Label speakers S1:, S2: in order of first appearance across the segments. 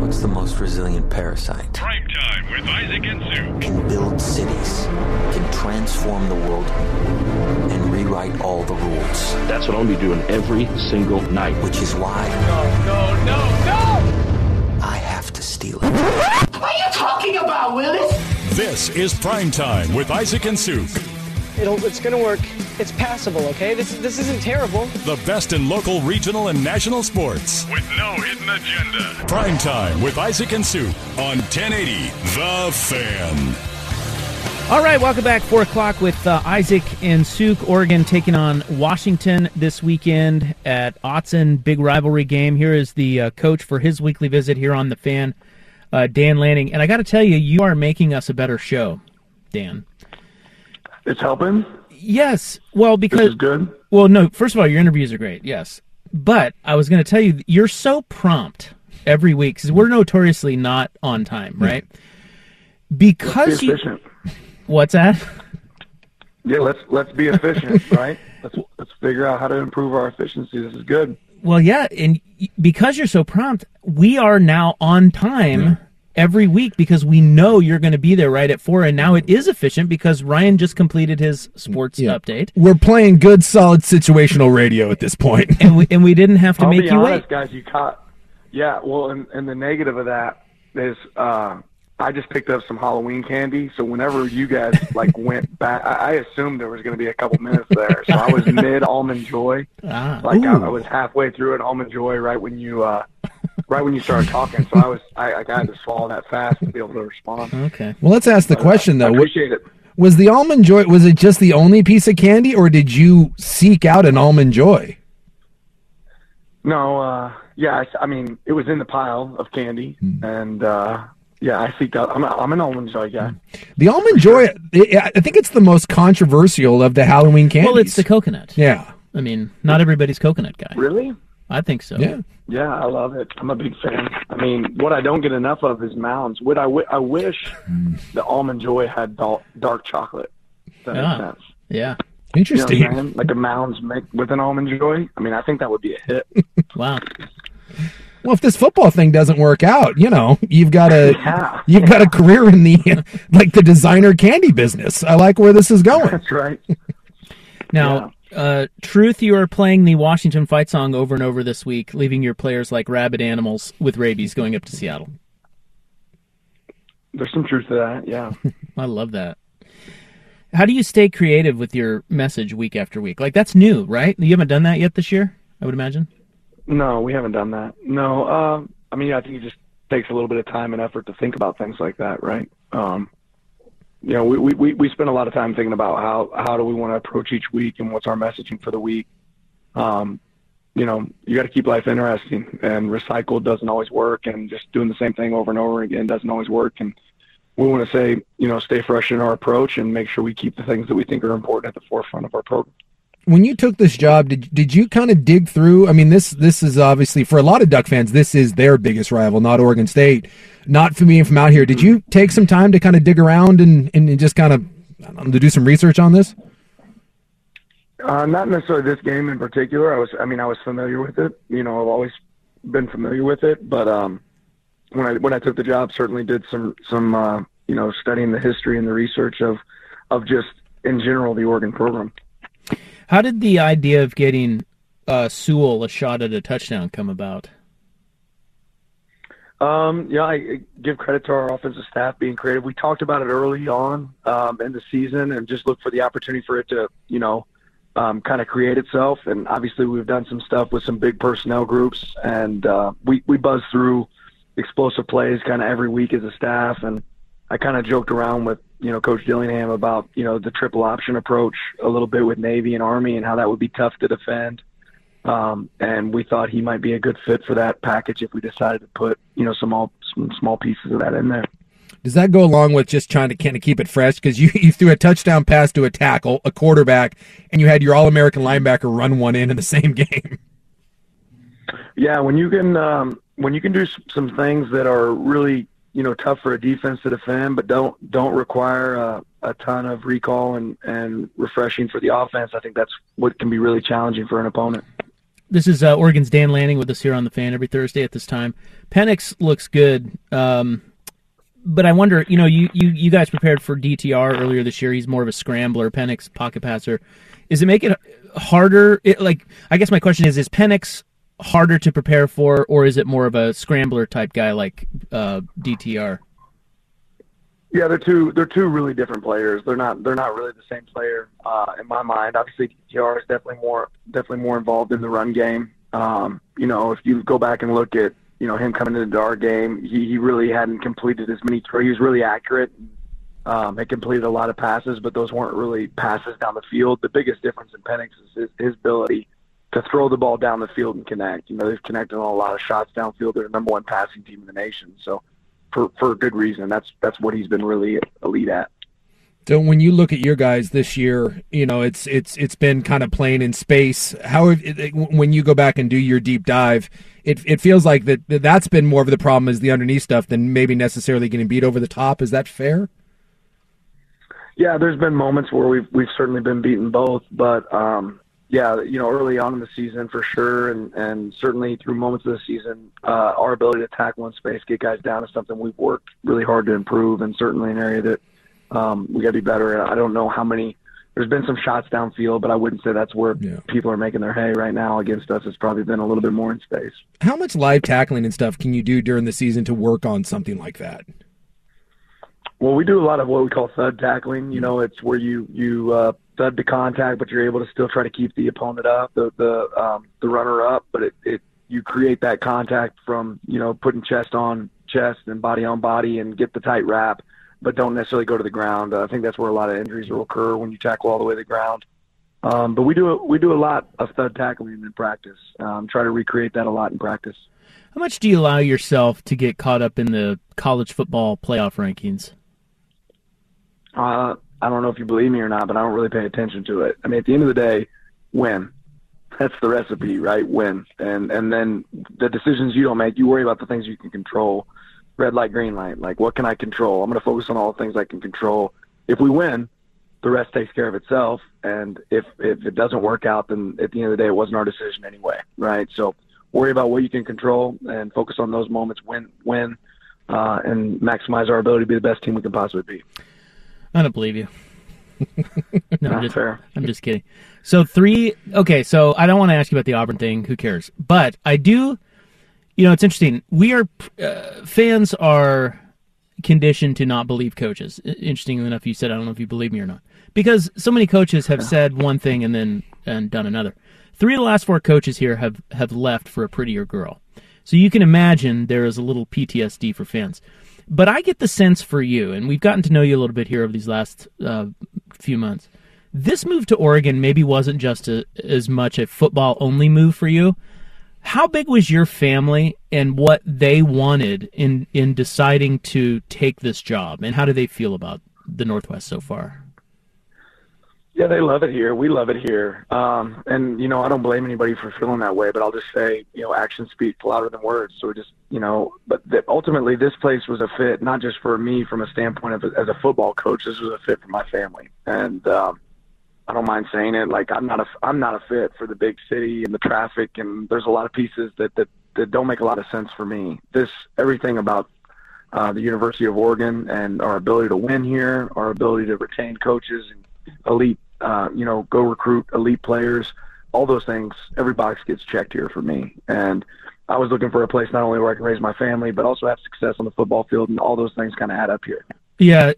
S1: What's the most resilient parasite?
S2: Prime time with Isaac Ensu.
S1: Can build cities, can transform the world, and rewrite all the rules.
S3: That's what I'll be doing every single night.
S1: Which is why
S4: No, no, no!
S1: I have to steal it.
S5: What are you talking about, Willis?
S2: This is Prime Time with Isaac and Sue.
S6: It'll, it's gonna work. It's passable, okay? This this isn't terrible.
S2: The best in local, regional, and national sports. With no hidden agenda. Prime Time with Isaac and Sue on 1080 The Fan.
S7: All right, welcome back. Four o'clock with uh, Isaac and Suk. Oregon taking on Washington this weekend at Otson. Big rivalry game. Here is the uh, coach for his weekly visit here on the fan, uh, Dan Lanning. And I got to tell you, you are making us a better show, Dan.
S8: It's helping.
S7: Yes, well
S8: This
S7: because
S8: is good.
S7: well, no. First of all, your interviews are great. Yes, but I was going to tell you, you're so prompt every week because we're notoriously not on time, right?
S8: Be
S7: Because you,
S8: Hmm. efficient.
S7: what's that?
S8: Yeah, let's let's be efficient, right? Let's let's figure out how to improve our efficiency. This is good.
S7: Well, yeah, and y- because you're so prompt, we are now on time every week because we know you're going to be there right at four. And now it is efficient because Ryan just completed his sports update,
S9: We're playing good, solid situational radio at this point.
S7: and we and we didn't have to
S8: I'll
S7: make
S8: be
S7: you
S8: honest,
S7: wait.
S8: guys. You caught. Yeah. Well, and and the negative of that is uh, I just picked up some Halloween candy. So whenever you guys like went back, I, I assumed there was going to be a couple minutes there. So I was mid almond joy.
S7: Ah,
S8: like I, I was halfway through it, almond joy, right when you uh, right when you started talking. So I was I, I had to swallow that fast to be able to respond.
S7: okay.
S9: Well, let's ask the question
S8: I
S9: though. Wa-
S8: appreciate it.
S9: Was the almond joy was it just the only piece of candy or did you seek out an almond joy?
S8: No, uh, yeah, I, I mean, it was in the pile of candy, and uh, yeah, I seeked out. I'm, a, I'm an almond joy guy.
S9: The almond joy I I think it's the most controversial of the Halloween candies.
S7: Well, it's the coconut.
S9: Yeah.
S7: I mean, not everybody's coconut guy.
S8: Really?
S7: I think so.
S9: Yeah.
S8: Yeah, I love it. I'm a big fan. I mean, what I don't get enough of is mounds. Would I? wi- I wish the almond joy had dal- dark chocolate. If that
S7: Ah,
S8: makes sense.
S7: yeah.
S8: You know
S9: Interesting.
S8: what I'm saying? Like a mounds mixed with an almond joy. I mean, I think that would be a hit.
S7: Wow.
S9: Well, if this football thing doesn't work out, you know, you've got a
S8: Yeah.
S9: you've got a career in the like the designer candy business. I like where this is going.
S8: That's right.
S7: Now, uh, truth, you are playing the Washington fight song over and over this week, leaving your players like rabid animals with rabies going up to Seattle.
S8: There's some truth to that. Yeah.
S7: I love that. How do you stay creative with your message week after week? Like that's new, right? You haven't done that yet this year, I would imagine.
S8: No, we haven't done that. No, um, I mean, I think it just takes a little bit of time and effort to think about things like that, right? Um, you know, we, we- we, we spend a lot of time thinking about how, how do we want to approach each week and what's our messaging for the week. Um, you know, you got to keep life interesting, and recycle doesn't always work, and just doing the same thing over and over again doesn't always work. And we want to say, you know, stay fresh in our approach and make sure we keep the things that we think are important at the forefront of our program.
S9: when you took this job did did you kind of dig through i mean this this is obviously for a lot of duck fans this is their biggest rival not oregon state not for me from out here did you take some time to kind of dig around and and just kind of I don't know, to do some research on this
S8: Uh, not necessarily this game in particular. I was, I mean, I was familiar with it. You know, I've always been familiar with it. But um, when I when I took the job, certainly did some some uh, you know studying the history and the research of of just in general the Oregon program.
S7: How did the idea of getting uh, Sewell a shot at a touchdown come about?
S8: Um, yeah, I I give credit to our offensive staff being creative. We talked about it early on um, in the season and just looked for the opportunity for it to, you know, um, kind of create itself. And obviously, we've done some stuff with some big personnel groups, and uh, we we buzz through explosive plays kind of every week as a staff. And I kind of joked around with you know Coach Dillingham about you know the triple option approach a little bit with Navy and Army and how that would be tough to defend um, and we thought he might be a good fit for that package if we decided to put you know some all some small pieces of that in there.
S10: Does that go along with just trying to kind of keep it fresh? Because you, you threw a touchdown pass to a tackle, a quarterback, and you had your All American linebacker run one in in the same game.
S8: Yeah, when you can um, when you can do some things that are really you know tough for a defense to defend, but don't don't require a, a ton of recall and and refreshing for the offense. I think that's what can be really challenging for an opponent.
S7: This is uh, Oregon's Dan Lanning with us here on the Fan every Thursday at this time. Penix looks good, um, but I wonder. You know, you, you you guys prepared for DTR earlier this year. He's more of a scrambler. Penix pocket passer. Is it make it harder? It, like, I guess my question is: Is Penix harder to prepare for, or is it more of a scrambler type guy like uh, DTR?
S8: Yeah, they're two. They're two really different players. They're not. They're not really the same player uh, in my mind. Obviously, DTR is definitely more definitely more involved in the run game. Um, you know, if you go back and look at you know him coming into our game, he, he really hadn't completed as many. He was really accurate. Um, he completed a lot of passes, but those weren't really passes down the field. The biggest difference in Penix is his, his ability to throw the ball down the field and connect. You know, they've connected on a lot of shots downfield. They're the number one passing team in the nation. So for for good reason. That's that's what he's been really elite at.
S10: So when you look at your guys this year, you know it's it's it's been kind of playing in space. How it, when you go back and do your deep dive, it it feels like that that's been more of the problem is the underneath stuff than maybe necessarily getting beat over the top. Is that fair?
S8: Yeah, there's been moments where we've we've certainly been beaten both, but um, yeah, you know, early on in the season for sure, and and certainly through moments of the season, uh, our ability to attack one space, get guys down, is something we've worked really hard to improve, and certainly an area that um, we got to be better. And I don't know how many. There's been some shots downfield, but I wouldn't say that's where yeah. people are making their hay right now against us. It's probably been a little bit more in space.
S10: How much live tackling and stuff can you do during the season to work on something like that?
S8: Well, we do a lot of what we call thud tackling. You know, it's where you you uh, thud to contact, but you're able to still try to keep the opponent up, the the um, the runner up. But it, it you create that contact from you know putting chest on chest and body on body and get the tight wrap, but don't necessarily go to the ground. Uh, I think that's where a lot of injuries will occur when you tackle all the way to the ground. Um, but we do we do a lot of thud tackling in practice. Um, try to recreate that a lot in practice.
S7: How much do you allow yourself to get caught up in the college football playoff rankings?
S8: Uh, I don't know if you believe me or not, but I don't really pay attention to it. I mean, at the end of the day, win. That's the recipe, right? Win, and and then the decisions you don't make, you worry about the things you can control. Red light, green light. Like, what can I control? I'm going to focus on all the things I can control. If we win, the rest takes care of itself. And if if it doesn't work out, then at the end of the day, it wasn't our decision anyway, right? So worry about what you can control and focus on those moments. Win, win, uh, and maximize our ability to be the best team we can possibly be.
S7: I don't believe you. No, I'm just, I'm just kidding. So three. Okay, so I don't want to ask you about the Auburn thing. Who cares? But I do. You know, it's interesting. We are uh, fans are conditioned to not believe coaches. Interestingly enough, you said I don't know if you believe me or not because so many coaches have said one thing and then and done another. Three of the last four coaches here have have left for a prettier girl. So you can imagine there is a little PTSD for fans but I get the sense for you, and we've gotten to know you a little bit here over these last uh, few months. This move to Oregon maybe wasn't just a, as much a football only move for you. How big was your family and what they wanted in in deciding to take this job, and how do they feel about the Northwest so far?
S8: Yeah, they love it here. We love it here. Um, and, you know, I don't blame anybody for feeling that way, but I'll just say, you know, actions speak louder than words. So just, you know, but the, ultimately this place was a fit, not just for me from a standpoint of as a football coach, this was a fit for my family. And, um, I don't mind saying it. Like I'm not a, I'm not a fit for the big city and the traffic. And there's a lot of pieces that, that, that don't make a lot of sense for me. This, everything about uh, the University of Oregon and our ability to win here, our ability to retain coaches and elite uh, you know, go recruit elite players, all those things. Every box gets checked here for me. And I was looking for a place not only where I can raise my family, but also have success on the football field, and all those things kind of add up here.
S7: Yeah,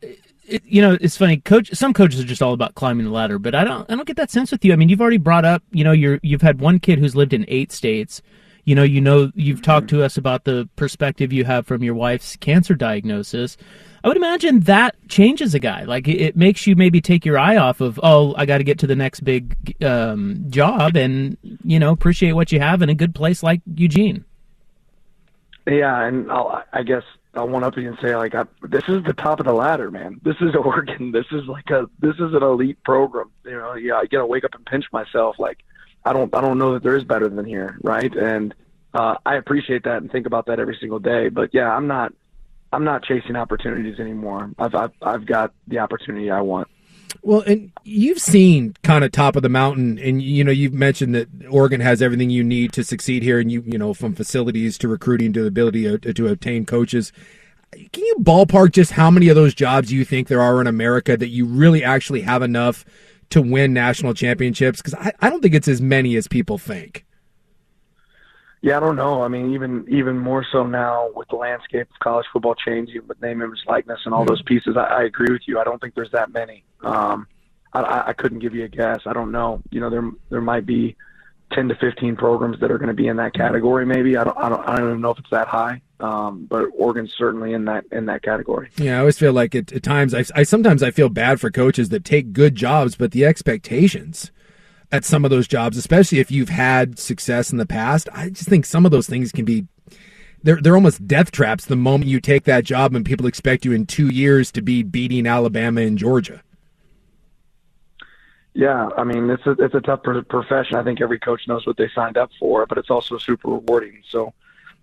S7: it, you know, it's funny. Coach, some coaches are just all about climbing the ladder, but I don't, I don't get that sense with you. I mean, you've already brought up, you know, you're, you've had one kid who's lived in eight states. You know, you know, you've talked to us about the perspective you have from your wife's cancer diagnosis. I would imagine that changes a guy. Like it, it makes you maybe take your eye off of, oh, I got to get to the next big um, job, and you know, appreciate what you have in a good place like Eugene.
S8: Yeah, and I'll, i guess I'll one up you and say like, I, this is the top of the ladder, man. This is Oregon. This is like a this is an elite program. You know, yeah, I gotta wake up and pinch myself. Like, I don't I don't know that there is better than here, right? And uh, I appreciate that and think about that every single day. But yeah, I'm not I'm not chasing opportunities anymore. I've I've, I've got the opportunity I want.
S9: Well, and you've seen kind of top of the mountain, and you know you've mentioned that Oregon has everything you need to succeed here, and you you know from facilities to recruiting to the ability to, to obtain coaches. Can you ballpark just how many of those jobs you think there are in America that you really actually have enough to win national championships? Because I, I don't think it's as many as people think.
S8: Yeah, I don't know. I mean, even even more so now with the landscape of college football changing with name, image, likeness, and all those pieces. I, I agree with you. I don't think there's that many. Um, I, I couldn't give you a guess. I don't know. You know, there there might be ten to fifteen programs that are going to be in that category. Maybe I don't, I don't I don't even know if it's that high. Um, but Oregon's certainly in that in that category.
S9: Yeah, I always feel like at, at times I, I sometimes I feel bad for coaches that take good jobs, but the expectations at some of those jobs, especially if you've had success in the past. I just think some of those things can be they're they're almost death traps the moment you take that job and people expect you in two years to be beating Alabama and Georgia.
S8: Yeah, I mean it's a it's a tough profession. I think every coach knows what they signed up for, but it's also super rewarding. So.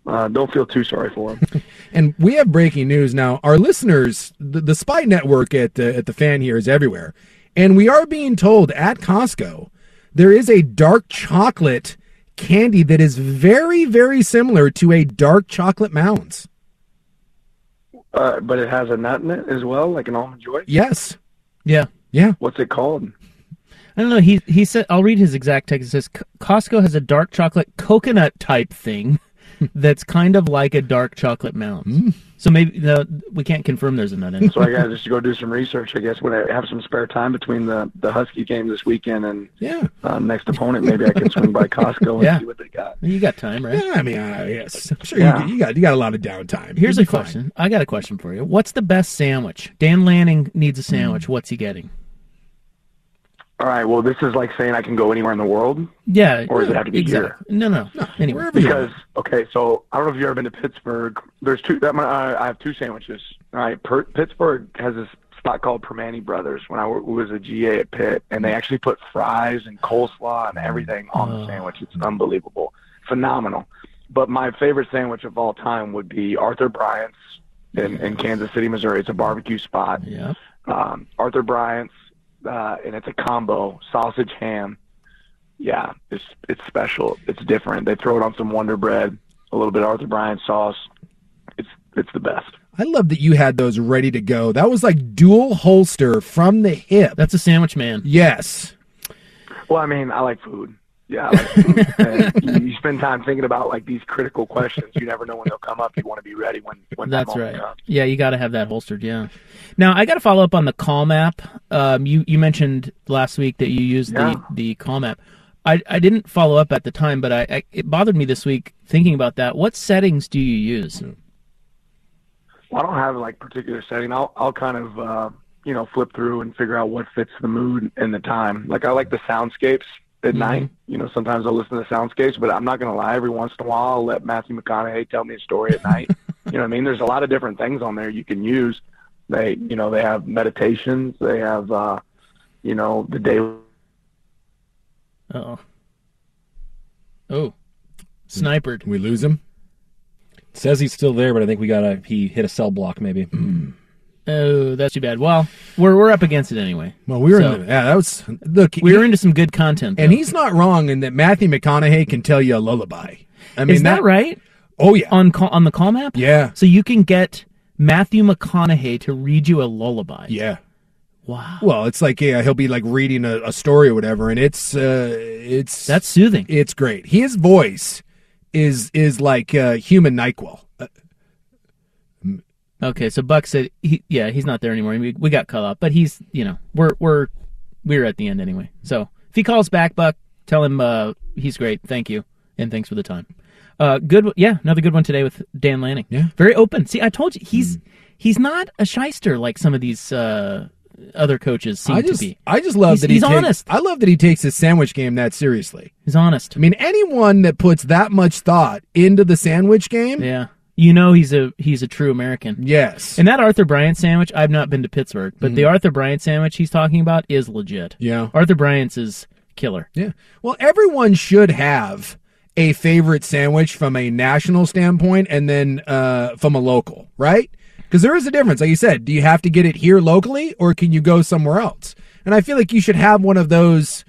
S8: Uh, don't feel too sorry for them.
S9: and we have breaking news now. Our listeners, the, the Spy Network at the, at the fan here is everywhere, and we are being told at Costco there is a dark chocolate candy that is very, very similar to a dark chocolate mounds.
S8: Uh, but it has a nut in it as well, like an almond joy.
S9: Yes.
S7: Yeah.
S9: Yeah.
S8: What's it called?
S7: I don't know. He he said. I'll read his exact text. It says Costco has a dark chocolate coconut type thing that's kind of like a dark chocolate mound.
S9: Hmm.
S7: Mm. So maybe the, we can't confirm there's a nut in it.
S8: So I got to just go do some research, I guess, when I have some spare time between the, the Husky game this weekend and
S9: yeah.
S8: Uh, next opponent. Maybe I can swing by Costco and
S7: yeah.
S8: see what they got.
S7: You got time, right?
S9: Yeah, I mean, uh, yes. I'm sure yeah. you, you, got you got a lot of downtime.
S7: Here's a question. Fine. I got a question for you. What's the best sandwich? Dan Lanning needs a sandwich. Mm.
S9: Hmm.
S7: What's he getting?
S8: All right. Well, this is like saying I can go anywhere in the world.
S7: Yeah.
S8: Or does it have to be exactly.
S7: here? No, no, no. Anywhere.
S8: Because okay, so I don't know if you've ever been to Pittsburgh. There's two. That, I have two sandwiches. All right. Per, Pittsburgh has this spot called Permani Brothers when I was a GA at Pitt, and they actually put fries and coleslaw and everything on oh. the sandwich. It's unbelievable, phenomenal. But my favorite sandwich of all time would be Arthur Bryant's in, in Kansas City, Missouri. It's a barbecue spot.
S7: Yeah.
S8: Um, Arthur Bryant's uh, and it's a combo sausage ham. Yeah, it's it's special. It's different. They throw it on some Wonder Bread, a little bit Arthur Bryan sauce. It's it's the best.
S9: I love that you had those ready to go. That was like dual holster from the hip.
S7: That's a sandwich man.
S9: Yes.
S8: Well, I mean, I like food. Yeah, like food. you spend time thinking about like these critical questions. You never know when they'll come up. You want to be ready when when
S7: that's right. Comes. Yeah, you got to have that holstered. Yeah. Now I got to follow up on the call map. Um, you you mentioned last week that you used
S8: yeah.
S7: the the call map. I, I didn't follow up at the time, but I, I, it bothered me this week thinking about that. What settings do you use?
S8: Well, I don't have like particular setting. I'll I'll kind of uh, you know flip through and figure out what fits the mood and the time. Like I like the soundscapes at mm-hmm. night. You know, sometimes I'll listen to soundscapes, but I'm not going to lie. Every once in a while, I'll let Matthew McConaughey tell me a story at night. you know what I mean? There's a lot of different things on there you can use. They, you know, they have meditations. They have, uh, you know, the day.
S7: Oh. Oh. Snipered.
S9: We lose him.
S11: It says he's still there, but I think we got a he hit a cell block maybe.
S9: Mm-hmm.
S11: Mm.
S7: Oh, that's too bad. Well, we're we're up against it anyway.
S9: Well, we were so, into, yeah. That was look.
S7: We were into some good content,
S9: though. and he's not wrong in that Matthew McConaughey can tell you a lullaby.
S7: I mean, is that, that right?
S9: Oh yeah.
S7: On call, on the call map.
S9: Yeah.
S7: So you can get Matthew McConaughey to read you a lullaby.
S9: Yeah.
S7: Wow.
S9: Well, it's like yeah, he'll be like reading a, a story or whatever, and it's uh, it's
S7: that's soothing.
S9: It's great. His voice is is like uh, human Nyquil. Uh,
S7: Okay, so Buck said, he, "Yeah, he's not there anymore. We, we got caught up, but he's you know we're we're we're at the end anyway. So if he calls back, Buck, tell him uh, he's great. Thank you, and thanks for the time. Uh, good, yeah, another good one today with Dan Lanning.
S9: Yeah, Hmm.
S7: very open. See, I told you he's mm. he's not a shyster like some of these uh, other coaches seem
S9: I just,
S7: to be.
S9: I just love
S7: he's,
S9: that he
S7: he's
S9: takes,
S7: honest.
S9: I love that he takes his sandwich game that seriously.
S7: He's honest.
S9: I mean, anyone that puts that much thought into the sandwich game,
S7: yeah you know he's a he's a true American.
S9: Yes.
S7: And that Arthur Bryant sandwich, I've not been to Pittsburgh, but the
S9: Mhm.
S7: Arthur Bryant sandwich he's talking about is legit.
S9: Yeah.
S7: Arthur Bryant's is killer.
S9: Yeah. Well, everyone should have a favorite sandwich from a national standpoint and then uh, from a local, right? Because there is a difference. Like you said, do you have to get it here locally or can you go somewhere else? And I feel like you should have one of those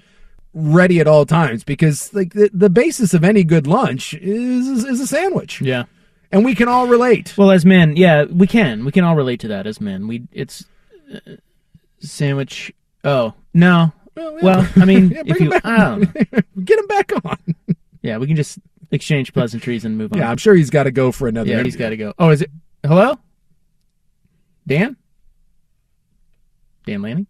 S9: ready at all times because like the, the basis of any good lunch is is a sandwich.
S7: Yeah.
S9: And we can all relate.
S7: Well, as men, yeah, we can. We can all relate to that as men. We it's uh, sandwich. Oh no. Well, I mean,
S9: Yeah,
S7: if
S9: bring
S7: you,
S9: it back.
S7: I don't know.
S9: Get him back on.
S7: Yeah, we can just exchange pleasantries and move on.
S9: Yeah, I'm sure he's got to go for another.
S7: Yeah, he's
S9: interview.
S7: got to go. Oh, is it? Hello, Dan. Dan Lanning.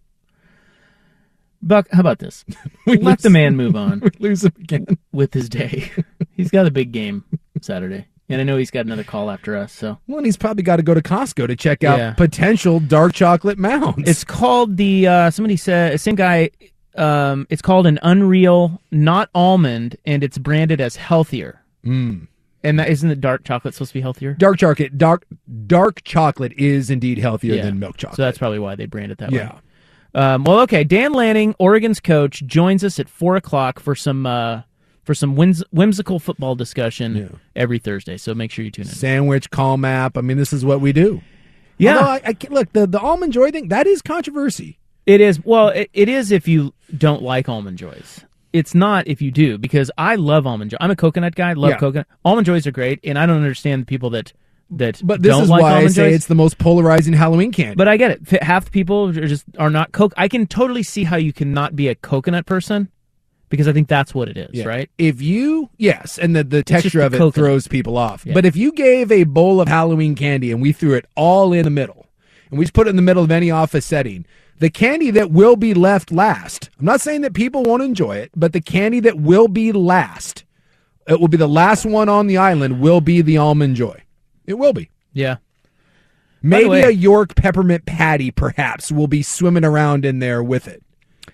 S7: Buck, how about this?
S9: We
S7: Let
S9: lose-
S7: the man move on.
S9: we lose him again.
S7: with his day. he's got a big game Saturday, and I know he's got another call after us. So
S9: Well, and he's probably got to go to Costco to check out
S7: Yeah.
S9: potential dark chocolate mounds.
S7: It's called the uh, somebody said same guy. Um, it's called an Unreal, not almond, and it's branded as healthier.
S9: Mm.
S7: And that isn't the dark chocolate supposed to be healthier?
S9: dark chocolate. Dark dark chocolate is indeed healthier
S7: Yeah.
S9: than milk chocolate.
S7: So that's probably why they brand it that
S9: yeah,
S7: way. Um, well, okay. Dan Lanning, Oregon's coach, joins us at four o'clock for some uh, for some whims- whimsical football discussion
S9: Yeah.
S7: every Thursday. So make sure you tune in.
S9: sandwich call map. I mean, this is what we do.
S7: Yeah.
S9: Although I, I can't- look the the almond joy thing that is controversy.
S7: It is well. It, it is if you don't like almond joys. It's not if you do because I love almond joy. I'm a coconut guy. Love
S9: Yeah.
S7: coconut. Almond joys are great, and I don't understand the people that that
S9: But this
S7: don't
S9: is
S7: like
S9: why I
S7: almond
S9: say
S7: joys.
S9: it's the most polarizing Halloween candy.
S7: but I get it. F- Half the people are just are not coke. I can totally see how you cannot be a coconut person because I think that's what it is,
S9: Yeah.
S7: right?
S9: if you yes, and the the
S7: just
S9: texture
S7: the
S9: of it
S7: coconut.
S9: throws people off.
S7: Yeah.
S9: But if you gave a bowl of Halloween candy and we threw it all in the middle, and we just put it in the middle of any office setting, the candy that will be left last. I'm not saying that people won't enjoy it, but the candy that will be last, it will be the last one on the island. Will be the almond joy. It will be.
S7: Yeah.
S9: Maybe
S7: way-
S9: a York peppermint patty, perhaps, will be swimming around in there with it.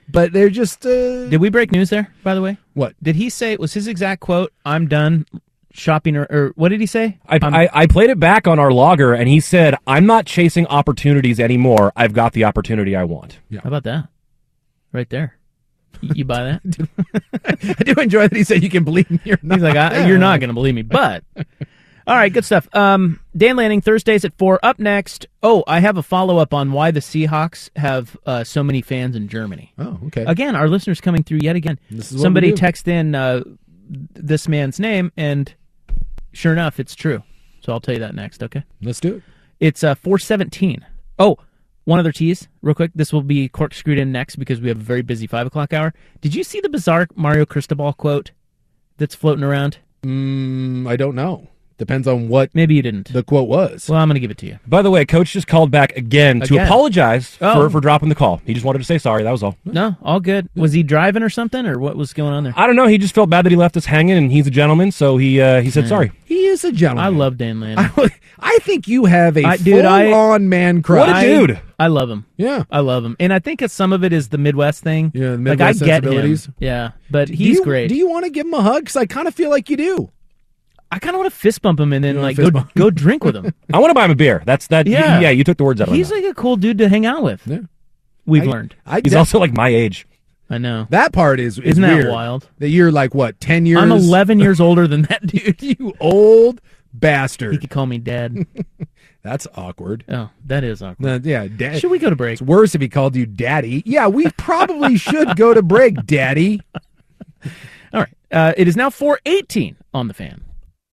S9: But they're just uh,
S7: Did we break news there? By the way,
S9: what?
S7: did he say? Was his exact quote? I'm done shopping, or, or what did he say?
S2: I,
S7: I'm-
S2: I, I played it back on our logger, and he said, I'm not chasing opportunities anymore. I've got the opportunity I want.
S7: How about that? Right there. You you buy that?
S9: I do enjoy that he said you can believe me or not.
S7: He's like, I, you're not going to believe me, but. All right, good stuff. Um, Dan Lanning, Thursdays at 4. Up next, oh, I have a follow up on why the Seahawks have uh, so many fans in Germany.
S9: Oh, okay.
S7: Again, our listeners coming through yet again.
S9: This is what we
S7: Somebody
S9: do.
S7: text in uh, this man's name, and sure enough, it's true. So I'll tell you that next, okay?
S9: Let's do it.
S7: It's uh, 417. Oh, one other tease, real quick. This will be corkscrewed in next because we have a very busy 5 o'clock hour. Did you see the bizarre Mario Cristobal quote that's floating around?
S9: Mm, I don't know. Depends on what
S7: Maybe you didn't.
S9: the quote was.
S7: well, I'm going to give it to you.
S2: By the way, coach just called back again, to
S7: Again.
S2: apologize
S7: Oh.
S2: for, for dropping the call. He just wanted to say sorry. That was all.
S7: No, all good. Was he driving or something, or what was going on there?
S2: I don't know. He just felt bad that he left us hanging, and he's a gentleman, so he uh, he said sorry.
S9: he is a gentleman.
S7: I love Dan Lanning.
S9: I, I think you have a
S7: I- dude, I-
S9: full-on man crush.
S2: What a dude!
S7: I love him.
S9: Yeah.
S7: I love him, and I think it's, some of it is the Midwest thing.
S9: Yeah, the
S7: like I
S9: Midwest
S7: get him.
S9: sensibilities.
S7: Yeah, but
S9: Do
S7: he's
S9: you-
S7: great.
S9: Do you want to give him a hug? Because I kind of feel like you do.
S7: I kind of want to fist bump him and then
S9: You wanna
S7: like
S9: fist
S7: go
S9: bump?
S7: go drink with him.
S2: I want to buy him a beer. That's that.
S7: Yeah.
S2: Yeah, yeah. You took the words out of
S7: he's
S2: my mouth.
S7: like a cool dude to hang out with.
S9: Yeah.
S7: We've
S9: I-
S7: learned.
S9: I,
S2: He's
S9: that,
S2: also like my age.
S7: I know.
S9: that part is, is
S7: Isn't that
S9: weird.
S7: wild?
S9: That you're like what ten years?
S7: I'm 11 years older than that dude.
S9: You old
S7: He
S9: bastard.
S7: could call me dad.
S9: That's awkward.
S7: Oh, that is awkward.
S9: No, yeah, da-
S7: Should we go to break?
S9: It's worse if he called you daddy. Yeah, we probably should go to break, daddy.
S7: All right. Uh, it is now 418 on the fan.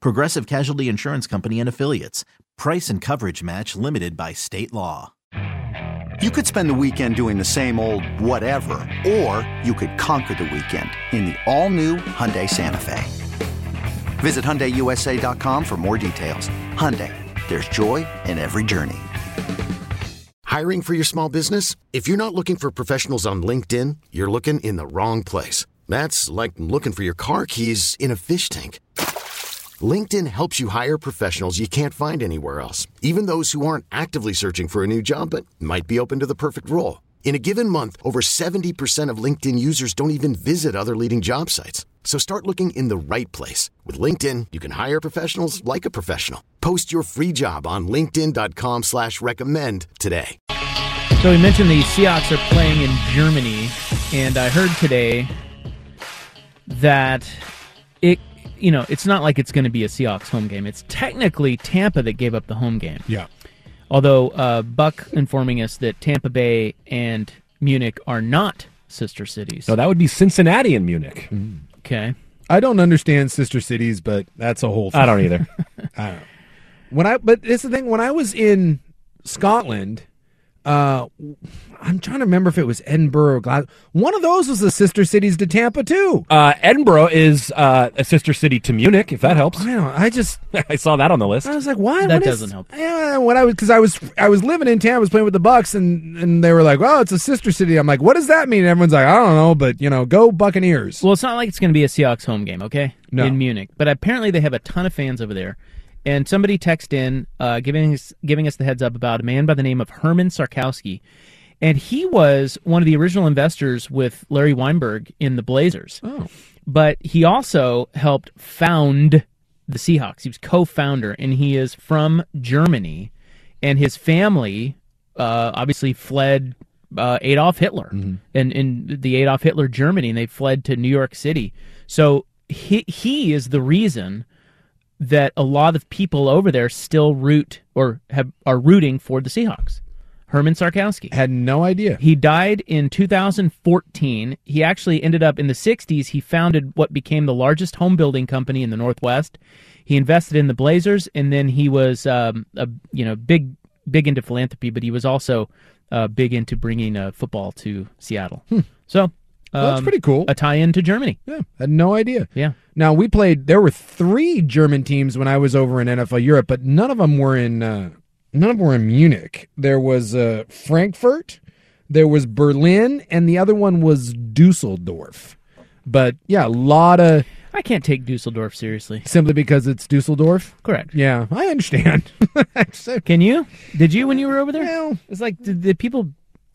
S12: Progressive Casualty Insurance Company and Affiliates. Price and coverage match limited by state law.
S13: You could spend the weekend doing the same old whatever, or you could conquer the weekend in the all-new Hyundai Santa Fe. Visit HyundaiUSA.com for more details. Hyundai, there's joy in every journey.
S14: Hiring for your small business? If you're not looking for professionals on LinkedIn, you're looking in the wrong place. That's like looking for your car keys in a fish tank. LinkedIn helps you hire professionals you can't find anywhere else, even those who aren't actively searching for a new job but might be open to the perfect role. In a given month, over 70% of LinkedIn users don't even visit other leading job sites. So start looking in the right place. With LinkedIn, you can hire professionals like a professional. Post your free job on linkedin.com slash recommend today.
S7: So we mentioned the Seahawks are playing in Germany, and I heard today that it, you know, it's not like it's going to be a Seahawks home game. It's technically Tampa that gave up the home game.
S9: Yeah.
S7: Although uh, Buck informing us that Tampa Bay and Munich are not sister cities.
S15: No, that would be Cincinnati and Munich.
S7: Okay.
S9: I don't understand sister cities, but that's a whole. Thing.
S15: I don't either.
S9: I don't. When I but it's the thing when I was in Scotland, uh, I'm trying to remember if it was Edinburgh or Glasgow. One of those was the sister cities to Tampa too.
S15: Uh, Edinburgh is uh, a sister city to Munich, if that helps.
S9: I don't. I just
S15: I saw that on the list.
S9: I was like, why?
S7: That
S9: What is-
S7: doesn't help.
S9: Yeah, when I was because I was I was living in Tampa, I was playing with the Bucks, and and they were like, "Well, it's a sister city." I'm like, "What does that mean?" And everyone's like, "I don't know," but you know, go Buccaneers.
S7: Well, it's not like it's going to be a Seahawks home game, okay?
S9: No.
S7: In Munich, but apparently they have a ton of fans over there. And somebody texted in, uh, giving us giving us the heads up about a man by the name of Herman Sarkowski, and he was one of the original investors with Larry Weinberg in the Blazers.
S9: Oh.
S7: But he also helped found the Seahawks. He was co-founder, and he is from Germany, and his family uh, obviously fled uh, Adolf Hitler and in the Adolf Hitler Germany, and they fled to New York City. So he he is the reason that a lot of people over there still root or have are rooting for the Seahawks. Herman Sarkowski
S9: had no idea.
S7: He died in 2014. He actually ended up in the 60s. He founded what became the largest home building company in the Northwest. He invested in the Blazers, and then he was um, a you know big big into philanthropy, but he was also uh, big into bringing uh, football to Seattle. So
S9: Hmm. Well, that's
S7: um,
S9: pretty cool.
S7: A tie-in to Germany.
S9: Yeah, had no idea.
S7: Yeah.
S9: Now we played. There were three German teams when I was over in NFL Europe, but none of them were in. Uh, none of them were in Munich. There was uh, Frankfurt, there was Berlin, and the other one was Dusseldorf. But yeah, a lot of
S7: I can't take Dusseldorf seriously.
S9: simply because it's Dusseldorf.
S7: Correct.
S9: Yeah, I understand.
S7: Can you? Did you when you were over there?
S9: No.
S7: It's like did, did people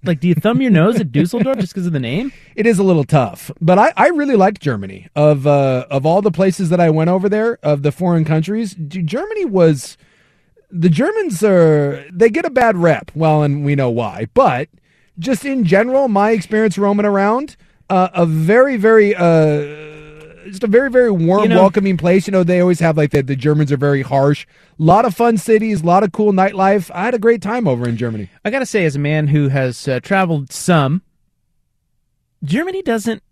S7: like do you thumb your nose at Dusseldorf just because of the name?
S9: it is a little tough, but I, I really liked Germany. Of uh, of all the places that I went over there, of the foreign countries, G- Germany was the Germans are they get a bad rep. Well, and we know why, but just in general, my experience roaming around, uh, a very very uh, just a very very warm,
S7: You know-
S9: welcoming place. You know, they always have like the, the Germans are very harsh. A lot of fun cities, a lot of cool nightlife. I had a great time over in Germany.
S7: I gotta say, as a man who has uh, traveled some, Germany doesn't.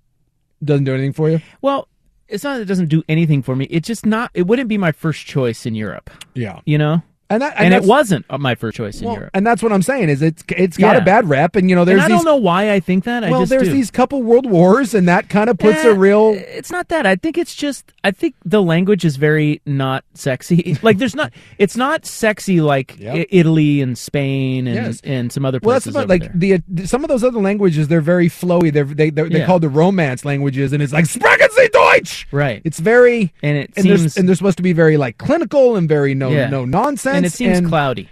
S9: Doesn't do anything for you.
S7: Well, it's not that it doesn't do anything for me. It's just not. It wouldn't be my first choice in Europe.
S9: Yeah,
S7: You know,
S9: and that
S7: and, it
S9: that's-
S7: wasn't my first choice in
S9: Well,
S7: Europe.
S9: And that's what I'm saying is it's it's got
S7: Yeah.
S9: a bad rep, and you know
S7: And
S9: there's
S7: I
S9: these,
S7: don't know why I think that. I
S9: well
S7: just
S9: there's
S7: do.
S9: these couple world wars, and that kind of puts
S7: Eh,
S9: a real
S7: It's not that. I think it's just. I think the language is very not sexy. like there's not. It's not sexy like
S9: Yep.
S7: I- Italy and Spain and
S9: Yes.
S7: and some other
S9: well that's
S7: places.
S9: about
S7: over
S9: like
S7: there.
S9: the the some of those other languages they're very flowy. They're they they're, they're
S7: Yeah.
S9: called the Romance languages, and it's like sprechen Sie Deutsch.
S7: right.
S9: It's very
S7: and it
S9: and,
S7: seems
S9: there's, and they're supposed to be very like clinical and very no
S7: Yeah.
S9: no nonsense.
S7: and it seems
S9: and-
S7: cloudy.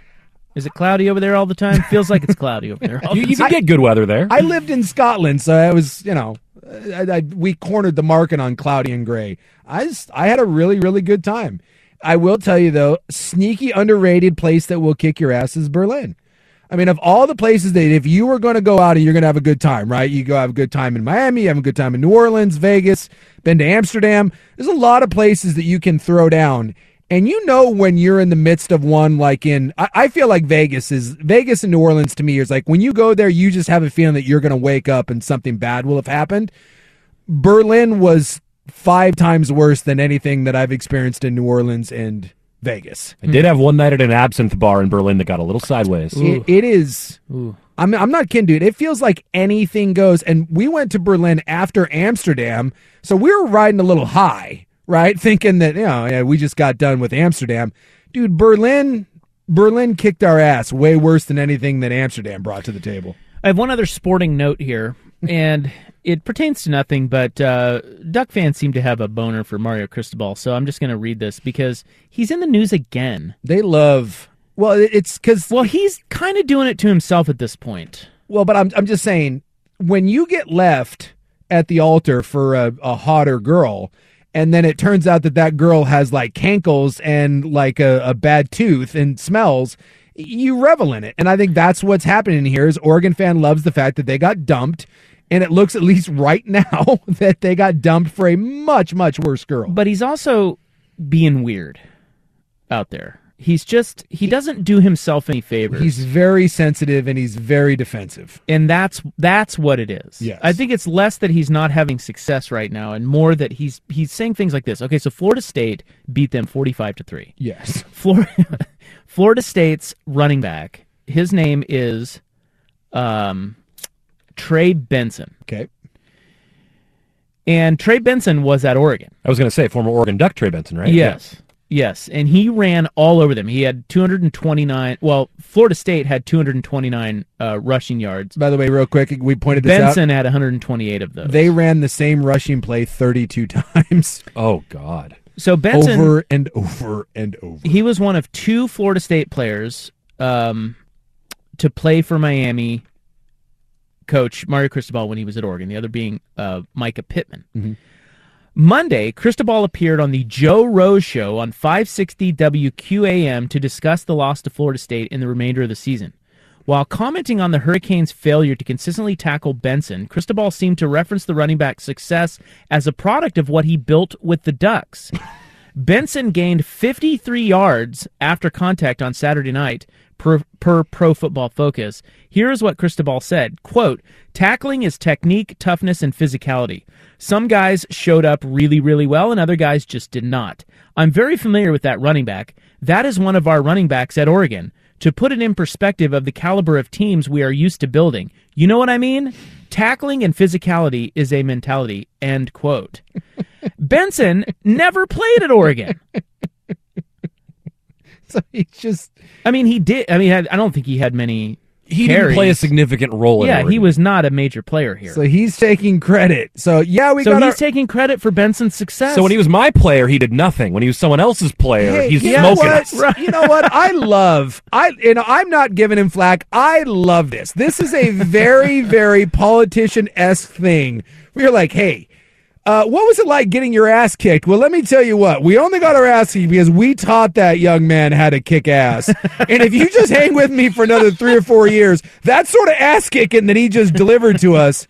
S7: Is it cloudy over there all the time? Feels like it's cloudy over there. all
S15: You,
S7: the
S15: you
S7: time.
S15: can get good weather there.
S9: I lived in Scotland, so I was, you know, I, I, we cornered the market on cloudy and gray. I just, I had a really, really good time. I will tell you though, sneaky underrated place that will kick your ass is Berlin. I mean, of all the places that if you were going to go out and you're going to have a good time, right? You go have a good time in Miami, you have a good time in New Orleans, Vegas, been to Amsterdam. There's a lot of places that you can throw down. And you know when you're in the midst of one, like in I, I feel like Vegas is Vegas and New Orleans to me is like when you go there, you just have a feeling that you're going to wake up and something bad will have happened. Berlin was five times worse than anything that I've experienced in New Orleans and Vegas.
S15: I did have one night at an absinthe bar in Berlin that got a little sideways.
S9: It, it is.
S7: Ooh.
S9: I'm I'm not kidding, dude. It feels like anything goes. And we went to Berlin after Amsterdam, so we were riding a little high, right? Thinking that you know, yeah, we just got done with Amsterdam, dude. Berlin Berlin kicked our ass way worse than anything that Amsterdam brought to the table.
S7: I have one other sporting note here, and it pertains to nothing, but uh, Duck fans seem to have a boner for Mario Cristobal, so I'm just going to read this because he's in the news again.
S9: They love. Well, it's because.
S7: Well, he's kind of doing it to himself at this point.
S9: Well, but I'm, I'm just saying, when you get left at the altar for a, a hotter girl, and then it turns out that that girl has like cankles and like a, a, bad tooth and smells you revel in it and i think that's what's happening here is oregon fan loves the fact that they got dumped and it looks at least right now that they got dumped for a much much worse girl
S7: but he's also being weird out there he's just he doesn't do himself any favors
S9: he's very sensitive and he's very defensive
S7: and that's that's what it is
S9: yes.
S7: i think it's less that he's not having success right now and more that he's he's saying things like this okay so florida state beat them 45 to 3
S9: yes
S7: florida florida state's running back his name is um trey benson
S9: okay
S7: and trey benson was at oregon
S15: i was going to say former oregon duck trey benson right
S7: yes yeah. Yes, and he ran all over them. He had 229. Well, Florida State had 229 uh, rushing yards.
S9: By the way, real quick, we pointed
S7: Benson
S9: this
S7: Benson had 128 of those.
S9: They ran the same rushing play 32 times.
S15: Oh God!
S7: So Benson
S9: over and over and over.
S7: He was one of two Florida State players um, to play for Miami coach Mario Cristobal when he was at Oregon. The other being uh, Micah Pittman.
S9: Mm-hmm.
S7: Monday, Cristobal appeared on the Joe Rose Show on 560 WQAM to discuss the loss to Florida State in the remainder of the season. While commenting on the Hurricanes' failure to consistently tackle Benson, Cristobal seemed to reference the running back's success as a product of what he built with the Ducks. Benson gained 53 yards after contact on Saturday night, Per, per, Pro Football Focus. Here is what Cristobal said: "Quote: Tackling is technique, toughness, and physicality. Some guys showed up really, really well, and other guys just did not. I'm very familiar with that running back. That is one of our running backs at Oregon. To put it in perspective of the caliber of teams we are used to building, you know what I mean? Tackling and physicality is a mentality." End quote. Benson never played at Oregon.
S9: so he just
S7: i mean he did i mean i don't think he had many
S15: he
S7: carries.
S15: didn't play a significant role
S7: yeah he was not a major player here
S9: so he's taking credit so yeah we
S7: so
S9: got
S7: he's
S9: our...
S7: taking credit for benson's success
S15: so when he was my player he did nothing when he was someone else's player
S9: hey,
S15: he's
S9: you
S15: smoking
S9: know what? you know what i love i you know i'm not giving him flack i love this this is a very very politician-esque thing we're like hey uh, what was it like getting your ass kicked? Well, let me tell you what. We only got our ass kicked because we taught that young man how to kick ass. and if you just hang with me for another three or four years, that sort of ass kicking that he just delivered to us,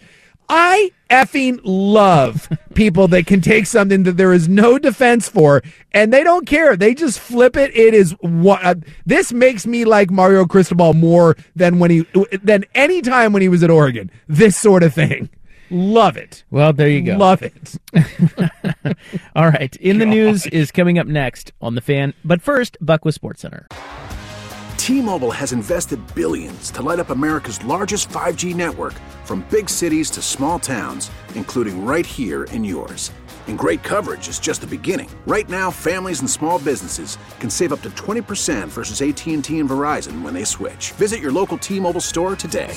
S9: I effing love people that can take something that there is no defense for and they don't care. They just flip it. It is what uh, this makes me like Mario Cristobal more than when he than any time when he was at Oregon. This sort of thing. Love it.
S7: Well, there you go.
S9: Love it.
S7: All right. In the news is coming up next on the fan, but first, Buck with Sports Center.
S2: T-Mobile has invested billions to light up America's largest 5G network, from big cities to small towns, including right here in yours. And great coverage is just the beginning. Right now, families and small businesses can save up to 20% versus AT&T and Verizon when they switch. Visit your local T-Mobile store today.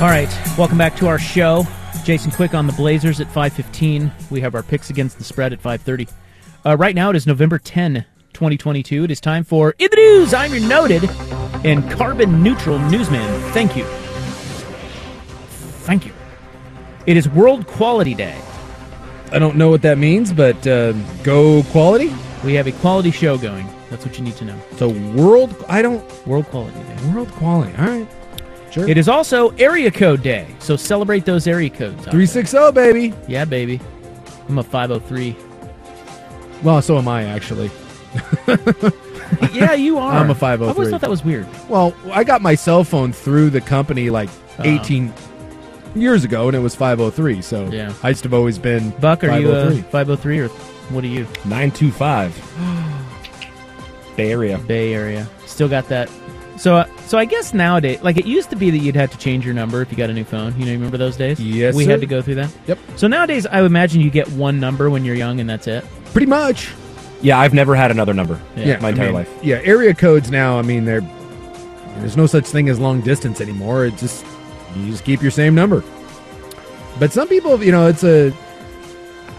S7: All right, welcome back to our show. Jason Quick on the Blazers at 5:15. We have our picks against the spread at 5:30. Uh, right now it is November 10, 2022. It is time for in the news. I'm your noted and carbon neutral newsman. Thank you, thank you. It is World Quality Day.
S9: I don't know what that means, but uh, go quality.
S7: We have a quality show going. That's what you need to know.
S9: So world, I don't
S7: world quality day.
S9: World quality. All right,
S7: sure. It is also area code day, so celebrate those area codes. out
S9: Three six zero, baby.
S7: there. Yeah, baby. I'm a five zero three.
S9: Well, so am I actually.
S7: Yeah, you are.
S9: I'm a
S7: I always
S9: 503.
S7: thought that was weird.
S9: Well, I got my cell phone through the company like
S7: Oh.
S9: 18 years ago, and it was 503. So
S7: Yeah.
S9: I just have always been
S7: Buck, are you uh,
S9: 503.
S7: 503 or what are you?
S15: 925. Bay Area.
S7: Bay Area. Still got that. So, uh, so I guess nowadays, like it used to be that you'd have to change your number if you got a new phone. You know, you remember those days?
S9: Yes,
S7: We
S9: sir.
S7: had to go through that.
S9: Yep.
S7: So nowadays, I would imagine you get one number when you're young, and that's it.
S9: Pretty much.
S15: Yeah, I've never had another number.
S9: Yeah,
S15: my
S9: I
S15: entire
S9: mean,
S15: life.
S9: Yeah, area codes now. I mean, they're there's no such thing as long distance anymore. It's just you just keep your same number. But some people, you know, it's a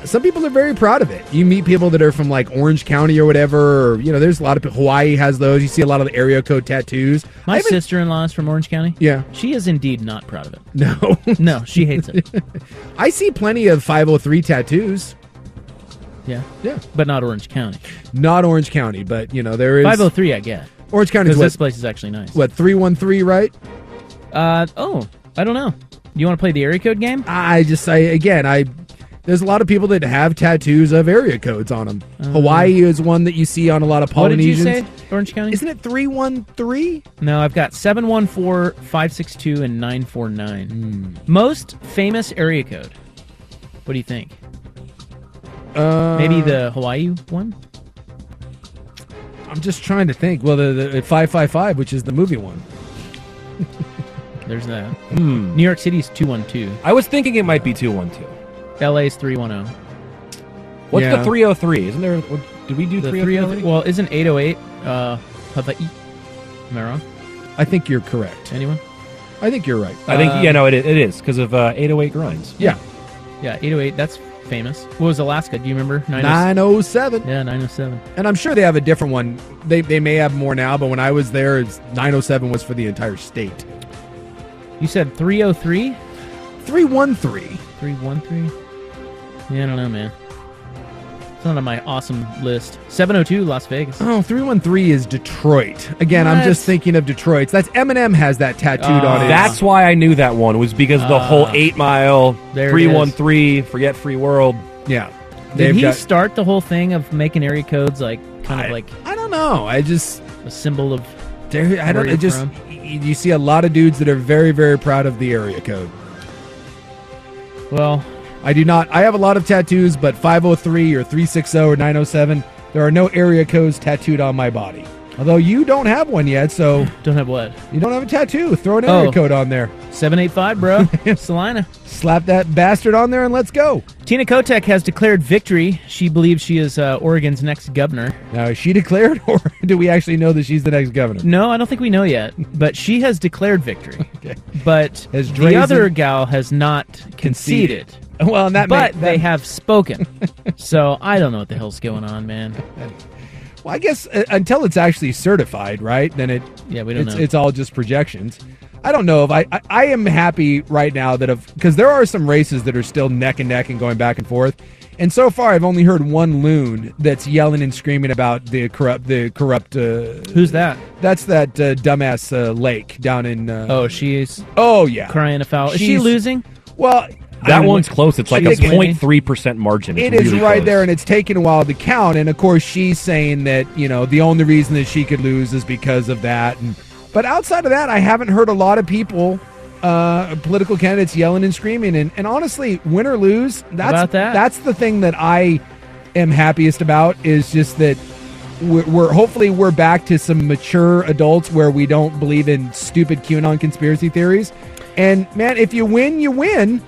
S9: some people are very proud of it. You meet people that are from like Orange County or whatever. Or, you know, there's a lot of pe- Hawaii has those. You see a lot of the area code tattoos. I
S7: My
S9: haven't-
S7: sister-in-law is from Orange County.
S9: Yeah.
S7: She is indeed not proud of it.
S9: No,
S7: No, she hates it.
S9: I see plenty of 503 tattoos.
S7: Yeah.
S9: Yeah,
S7: But not Orange County.
S9: not Orange County, but you know there is
S7: 503, I get.
S9: Orange County's
S7: Because
S9: what-
S7: this place is actually nice.
S9: What 313, right?
S7: Uh, oh, I don't know. You want to play the area code game?
S9: I just I again I there's a lot of people that have tattoos of area codes on them. Hawaii is one that you see on a lot of
S7: What did you
S9: Polynesians.
S7: say? Orange County?
S9: Isn't it 313?
S7: No, I've got 714, 562, and 949. Most famous area code. What do you think?
S9: Uh,
S7: Maybe the Hawaii one?
S9: I'm just trying to think. Well, the, the 555, which is the movie one.
S7: There's that.
S9: hmm.
S7: New York City's 212.
S15: I was thinking it might be 212.
S7: LA's 310.
S15: What's
S9: Yeah.
S15: the 303? Isn't there. What, did we do
S7: The
S15: 303?
S7: 303? Well, isn't 808 uh, Hawaii? Am I wrong?
S9: I think you're correct.
S7: Anyone?
S9: I think you're right.
S15: I think,
S7: Um,
S15: yeah, no, it, i- it is because of uh, 808 grinds.
S9: Yeah,
S7: Yeah, 808. That's famous. What was Alaska? Do you remember?
S9: 907.
S7: Yeah, 907.
S9: And I'm sure they have a different one. They they may have more now, but when I was there, it's 907 was for the entire state.
S7: You said 303?
S9: 313.
S7: 313? Yeah, I don't know, man. It's not on my awesome list. 702 Las Vegas.
S9: Oh, 313 is Detroit. Again, I'm just
S7: What? Uh,
S9: thinking of Detroit's. That's Eminem has that tattooed on his.
S15: That's why I knew that one was because the
S7: Ah.
S15: whole eight mile
S7: There it
S15: three one three forget free world.
S9: yeah.
S7: Did
S9: They've
S7: he
S9: got-
S7: start the whole thing of making area codes like kind of like
S9: I don't know. I just
S7: a symbol of
S9: there, I
S7: Where
S9: don't.
S7: you're
S9: It just
S7: from?
S9: y- you see a lot of dudes that are very very proud of the area code.
S7: well,
S9: I do not. I have a lot of tattoos, but 503 or 360 or 907. There are no area codes tattooed on my body. Although you don't have one yet, so
S7: don't have what?
S9: you don't have a tattoo. Throw an area
S7: Oh.
S9: code on there.
S7: 785, bro. Salina.
S9: Slap that bastard on there and let's go.
S7: Tina Kotek has declared victory. She believes she is uh, Oregon's next governor.
S9: Now, is she declared, or do we actually know that she's the next governor?
S7: No, I don't think we know yet, but she has declared victory. But
S9: Has
S7: the
S9: Drazen-
S7: other gal has not conceded.
S9: Well, and that
S7: but
S9: may,
S7: they
S9: that-
S7: have spoken. so I don't know what the hell's going on, man.
S9: Well, I guess uh, until it's actually certified, right? Then it
S7: Yeah, we don't
S9: it's,
S7: know.
S9: it's all just projections. I don't know if I I, I am happy right now that of because there are some races that are still neck and neck and going back and forth. And so far, I've only heard one loon that's yelling and screaming about the corrupt the corrupt. Uh,
S7: Who's that?
S9: that's that uh, dumbass uh, Lake down in. Uh,
S7: Oh, she's
S9: oh yeah.
S7: crying a foul. Is she
S9: She's-
S7: losing?
S9: Well,
S15: That
S9: I-
S15: one's close. It's like a
S9: She's winning.
S15: 0.3 percent margin. It's
S9: It is
S15: really
S9: right
S15: close.
S9: there, and it's taken a while to count. And of course, she's saying that you know the only reason that she could lose is because of that. And but outside of that, I haven't heard a lot of people, uh, political candidates yelling and screaming. And, and honestly, win or lose, that's
S7: About that?
S9: that's the thing that I am happiest about is just that we're, we're hopefully we're back to some mature adults where we don't believe in stupid QAnon conspiracy theories. And man, if you win, you win.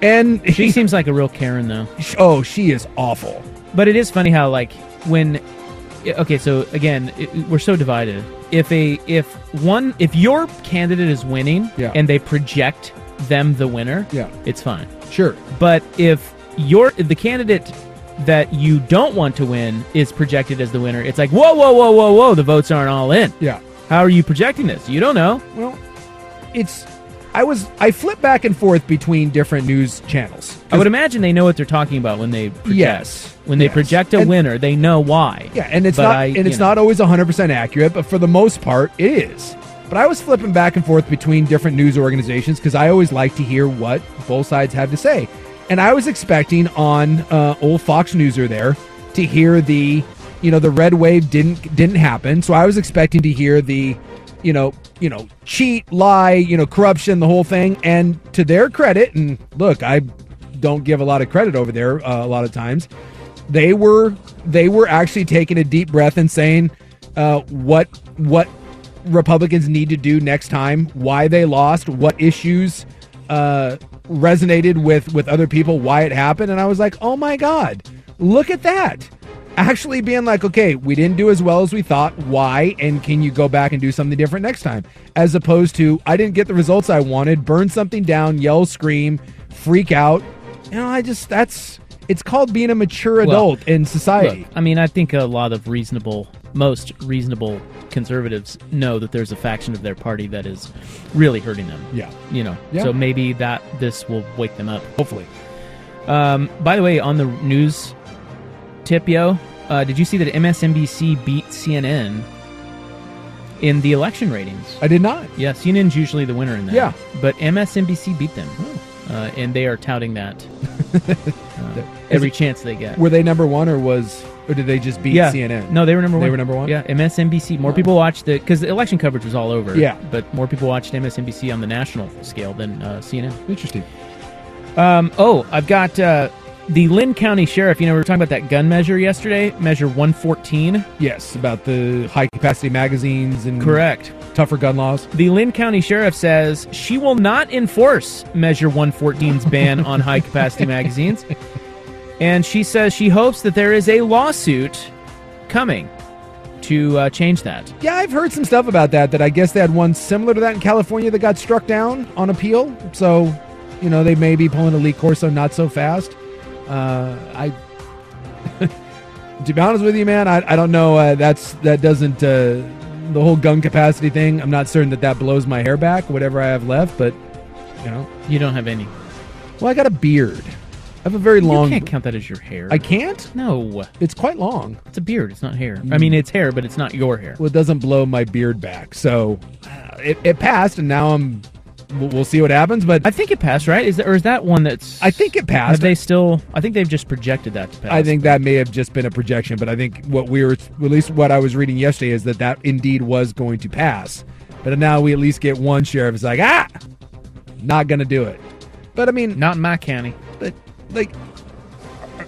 S9: And
S7: She seems like a real Karen, though.
S9: oh, she is awful.
S7: But it is funny how, like, when yeah, okay, so again, it, we're so divided. If a if one if your candidate is winning
S9: Yeah.
S7: and they project them the winner,
S9: Yeah.
S7: it's fine.
S9: Sure.
S7: But if your the candidate that you don't want to win is projected as the winner, it's like whoa, whoa, whoa, whoa, whoa, the votes aren't all in.
S9: Yeah.
S7: How are you projecting this? You don't know.
S9: Well, it's I was I flip back and forth between different news channels.
S7: I would imagine they know what they're talking about when they project.
S9: Yes.
S7: when they
S9: Yes.
S7: project a
S9: And-
S7: winner, they know why.
S9: Yeah, and it's
S7: But
S9: not
S7: I-
S9: and
S7: you
S9: it's
S7: know.
S9: not always 100% accurate, but for the most part it is. But I was flipping back and forth between different news organizations because I always like to hear what both sides have to say. And I was expecting on uh, old Fox Newser there to hear the, you know, the red wave didn't didn't happen. So I was expecting to hear the, you know, you know, cheat, lie, you know, corruption, the whole thing. And to their credit, and look, I don't give a lot of credit over there uh, a lot of times they were they were actually taking a deep breath and saying uh, what what Republicans need to do next time, why they lost, what issues uh, resonated with with other people, why it happened, and I was like, oh my god, look at that. Actually, being like, okay, we didn't do as well as we thought. Why? And can you go back and do something different next time? As opposed to, I didn't get the results I wanted, burn something down, yell, scream, freak out. You know, I just, that's, it's called being a mature adult
S7: Well,
S9: in society.
S7: Look, I mean, I think a lot of reasonable, most reasonable conservatives know that there's a faction of their party that is really hurting them.
S9: Yeah.
S7: You know,
S9: Yeah.
S7: so maybe that this will wake them up.
S9: Hopefully.
S7: Um, by the way, on the news tip, yo, uh, did you see that MSNBC beat CNN in the election ratings?
S9: I did not.
S7: Yeah, CNN's usually the winner in that.
S9: Yeah.
S7: But MSNBC beat them. Uh, and they are touting that uh, every chance they get.
S9: Were they number one or was, or did they just beat
S7: yeah.
S9: CNN?
S7: No, they were number one.
S9: They were number one?
S7: Yeah, MSNBC. More people watched the because the election coverage was all over.
S9: Yeah.
S7: but more people watched MSNBC on the national scale than uh, CNN.
S9: Interesting.
S7: Um, oh, I've got uh, the Lynn County Sheriff. You know, we were talking about that gun measure yesterday, Measure 114.
S9: Yes, about the high capacity magazines and
S7: Correct.
S9: tougher gun laws.
S7: The Lynn County Sheriff says she will not enforce Measure 114's ban on high capacity magazines. And she says she hopes that there is a lawsuit coming to uh, change that.
S9: Yeah, I've heard some stuff about that. That I guess they had one similar to that in California that got struck down on appeal. So, you know, they may be pulling a Lee Corso not so fast. Uh, I, to be honest with you, man, I, I don't know. Uh, that's that doesn't uh, the whole gun capacity thing. I'm not certain that that blows my hair back, whatever I have left. But you know,
S7: You don't have any.
S9: well, I got a beard. I have a very long.
S7: You can't count that as your hair.
S9: I can't.
S7: No,
S9: It's quite long.
S7: it's a beard. It's not hair. I mean, it's hair, but it's not your hair.
S9: Well, it doesn't blow my beard back, so uh, it, it passed, and now I'm. We'll, we'll see what happens, but
S7: I think it passed, right? Is that, or is that one that's?
S9: I think it passed.
S7: Have they still? I think they've just projected that to pass.
S9: I think that may have just been a projection, but I think what we were, at least what I was reading yesterday, is that that indeed was going to pass. But now we at least get one sheriff is like, ah, not going to do it. But I mean,
S7: not in my county.
S9: but like,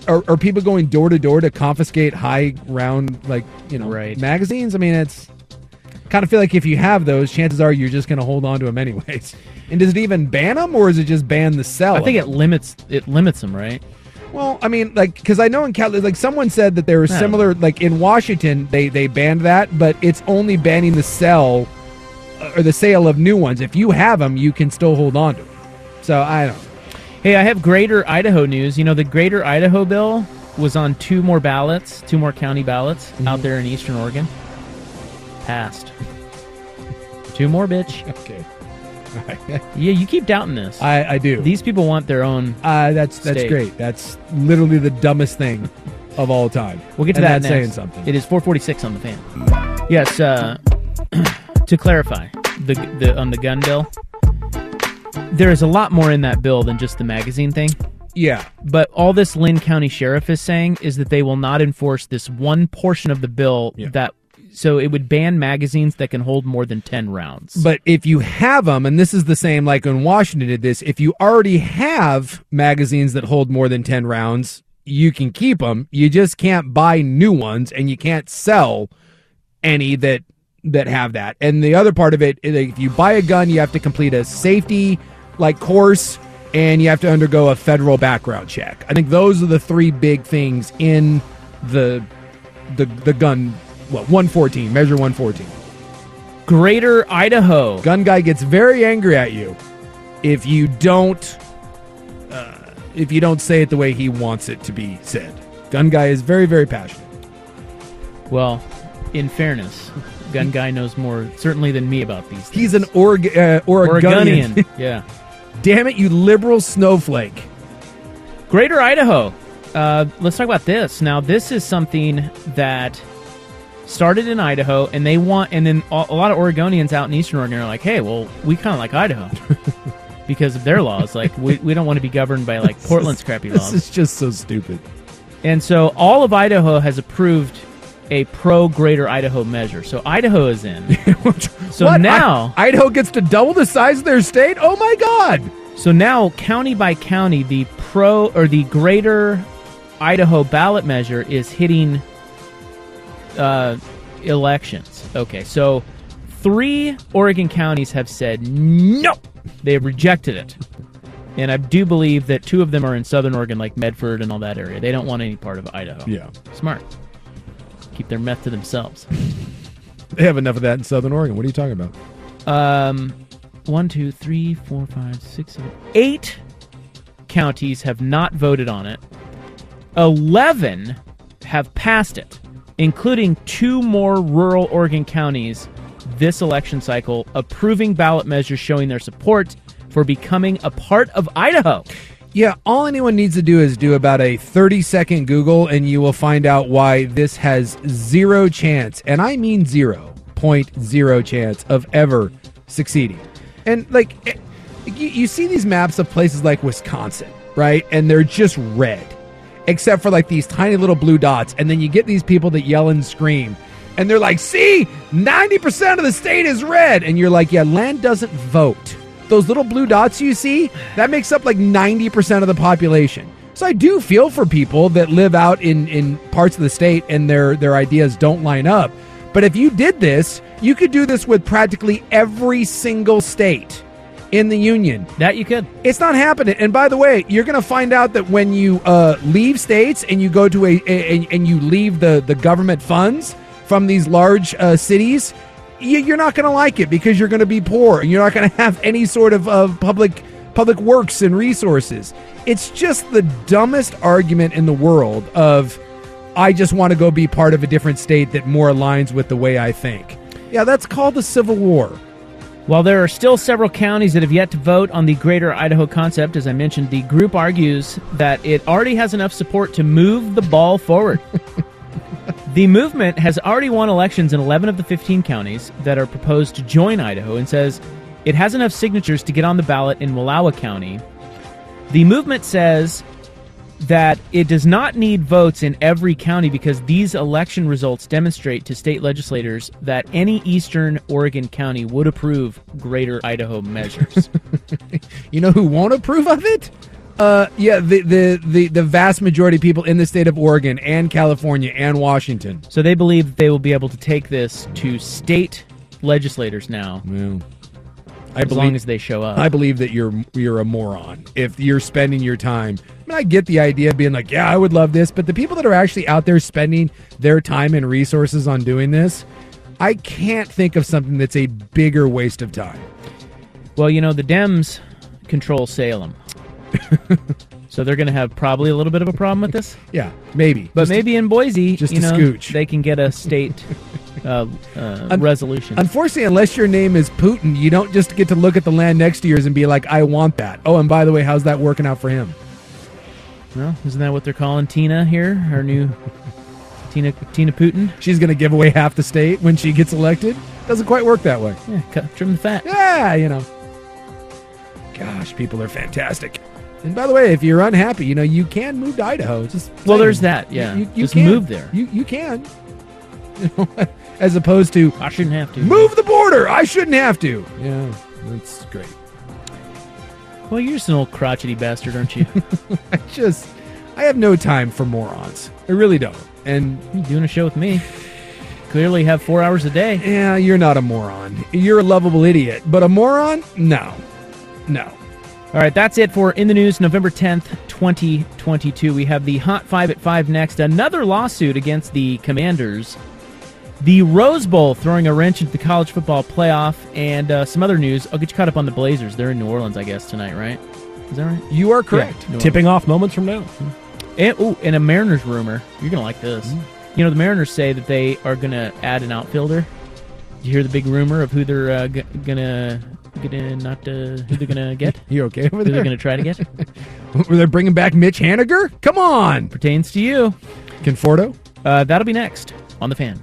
S9: are, are people going door to door to confiscate high round like you know
S7: Right.
S9: magazines? I mean, it's kind of feel like if you have those, chances are you're just going to hold on to them anyways. And does it even ban them, or is it just ban the sell?
S7: I think
S9: of
S7: it limits. It limits them, right?
S9: well, I mean, like, because I know in Cal, like, someone said that there were
S7: No.
S9: similar, like, in Washington, they they banned that, but it's only banning the sell uh, or the sale of new ones. If you have them, you can still hold on to them. So I don't.
S7: Hey, I have Greater Idaho news. You know, the Greater Idaho bill was on two more ballots, two more county ballots
S9: Mm-hmm.
S7: out there in Eastern Oregon. Passed. two more, bitch.
S9: Okay.
S7: Yeah, you keep doubting this.
S9: I I do.
S7: These people want their own.
S9: uh, that's that's
S7: Steak.
S9: great. That's literally the dumbest thing of all time.
S7: We'll get to
S9: And
S7: that
S9: that's
S7: next.
S9: saying something.
S7: It is 446 on the fan. Yes, uh, to clarify, the, the on the gun bill, there is a lot more in that bill than just the magazine thing.
S9: yeah.
S7: But all this Lynn County Sheriff is saying is that they will not enforce this one portion of the bill that so it would ban magazines that can hold more than 10 rounds.
S9: But if you have them, and this is the same like in Washington did this, if you already have magazines that hold more than 10 rounds, you can keep them. You just can't buy new ones and you can't sell any that that have that. And the other part of it, is if you buy a gun, you have to complete a safety like course and you have to undergo a federal background check. I think those are the three big things in the the the gun what 114, measure 114.
S7: Greater Idaho.
S9: Gun guy gets very angry at you if you don't uh, if you don't say it the way he wants it to be said. Gun guy is very very passionate.
S7: Well, in fairness, Gun guy knows more certainly than me about these. Things.
S9: He's an org, uh, Oregonian.
S7: Oregonian. yeah.
S9: Damn it, you liberal snowflake!
S7: Greater Idaho. Uh, let's talk about this. Now, this is something that started in Idaho, and they want, and then a, a lot of Oregonians out in Eastern Oregon are like, "Hey, well, we kind of like Idaho because of their laws. Like, we, we don't want to be governed by like Portland's crappy laws."
S9: This is just so stupid.
S7: And so, all of Idaho has approved a pro Greater Idaho measure. So Idaho is in. so
S9: What?
S7: now
S9: I- Idaho gets to double the size of their state. Oh my god!
S7: So now, county by county, the pro or the greater Idaho ballot measure is hitting uh, elections. Okay, so three Oregon counties have said no, they have rejected it. And I do believe that two of them are in southern Oregon, like Medford and all that area. They don't want any part of Idaho.
S9: Yeah.
S7: Smart. Keep their meth to themselves.
S9: They have enough of that in Southern Oregon. What are you talking about?
S7: Um, one, two, three, four, five, six, seven, eight counties have not voted on it. Eleven have passed it, including two more rural Oregon counties this election cycle, approving ballot measures showing their support for becoming a part of Idaho.
S9: Yeah, all anyone needs to do is do about a 30 second Google and you will find out why this has zero chance, and I mean zero point zero chance of ever succeeding. And like, eh, you, you see these maps of places like Wisconsin, right? And they're just red, except for like these tiny little blue dots. And then you get these people that yell and scream. And they're like, see, 90% of the state is red. And you're like, yeah, land doesn't vote those little blue dots you see, that makes up like 90% of the population. So I do feel for people that live out in, in parts of the state and their, their ideas don't line up. But if you did this, you could do this with practically every single state in the union.
S7: That you could.
S9: It's not happening. And by the way, you're going to find out that when you uh, leave states and you go to a, a- and, and you leave the, the government funds from these large uh, cities, you, you're not going to like it because you're going to be poor and you're not going to have any sort of, of public public works and resources. It's just the dumbest argument in the world of I just want to go be part of a different state that more aligns with the way I think. Yeah, that's called the Civil War.
S7: While there are still several counties that have yet to vote on the greater Idaho concept, as I mentioned, the group argues that it already has enough support to move the ball forward. the movement has already won elections in 11 of the 15 counties that are proposed to join Idaho and says it has enough signatures to get on the ballot in Wallowa County. The movement says that it does not need votes in every county because these election results demonstrate to state legislators that any eastern Oregon county would approve greater Idaho measures.
S9: You know who won't approve of it? Uh, yeah, the, the, the, the vast majority of people in the state of Oregon and California and Washington.
S7: so they believe they will be able to take this to state legislators now.
S9: I
S7: as
S9: believe-
S7: long as they show up.
S9: I believe that you're you're a moron if you're spending your time. I mean, I get the idea of being like, yeah, I would love this, but the people that are actually out there spending their time and resources on doing this, I can't think of something that's a bigger waste of time.
S7: Well, you know, the Dems control Salem. so they're going to have probably a little bit of a problem with this.
S9: Yeah, maybe.
S7: But
S9: Just a-
S7: maybe in Boise,
S9: just
S7: you
S9: a
S7: know,
S9: scooch.
S7: they can get a state uh, uh,
S9: Un-
S7: resolution.
S9: Unfortunately, unless your name is Putin, you don't just get to look at the land next to yours and be like, I want that. Oh, and by the way, how's that working out for him?
S7: Well, isn't that what they're calling Tina here? Her new Tina Tina Putin.
S9: She's going to give away half the state when she gets elected. Doesn't quite work that way.
S7: Yeah, cut, trim the fat.
S9: Yeah, you know. Gosh, people are fantastic. And by the way, if you're unhappy, you know you can move to Idaho. Just
S7: Well,
S9: saying.
S7: there's that, yeah. Just move there.
S9: You you can. You know, as opposed to
S7: I shouldn't have to.
S9: move the border. I shouldn't have to. Yeah, that's great.
S7: Well, you're just an old crotchety bastard, aren't you?
S9: I just I have no time for morons. I really don't. And
S7: you're doing a show with me. Clearly, have four hours a day.
S9: yeah, you're not a moron. You're a lovable idiot, but a moron? No, no.
S7: All right, that's it for In the News, November 10th, 2022. We have the Hot 5 at 5 next. Another lawsuit against the Commanders. The Rose Bowl throwing a wrench into the college football playoff. And uh, some other news. I'll get you caught up on the Blazers. They're in New Orleans, I guess, tonight, right? Is that right?
S9: You are correct.
S7: Yeah, no
S15: Tipping off moments from now.
S16: Mm-hmm.
S7: And, ooh, and a Mariners rumor. You're going to like this. You know, the Mariners say that they are going to add an outfielder
S16: Did you hear the big rumor of who they're uh, g- gonna gonna not uh, who they're gonna get?
S9: you okay over
S16: who
S9: there?
S16: they're gonna try to get?
S9: Were they bringing back Mitch Haniger? Come on.
S16: Pertains to you.
S9: Conforto?
S16: Uh, that'll be next on the fan.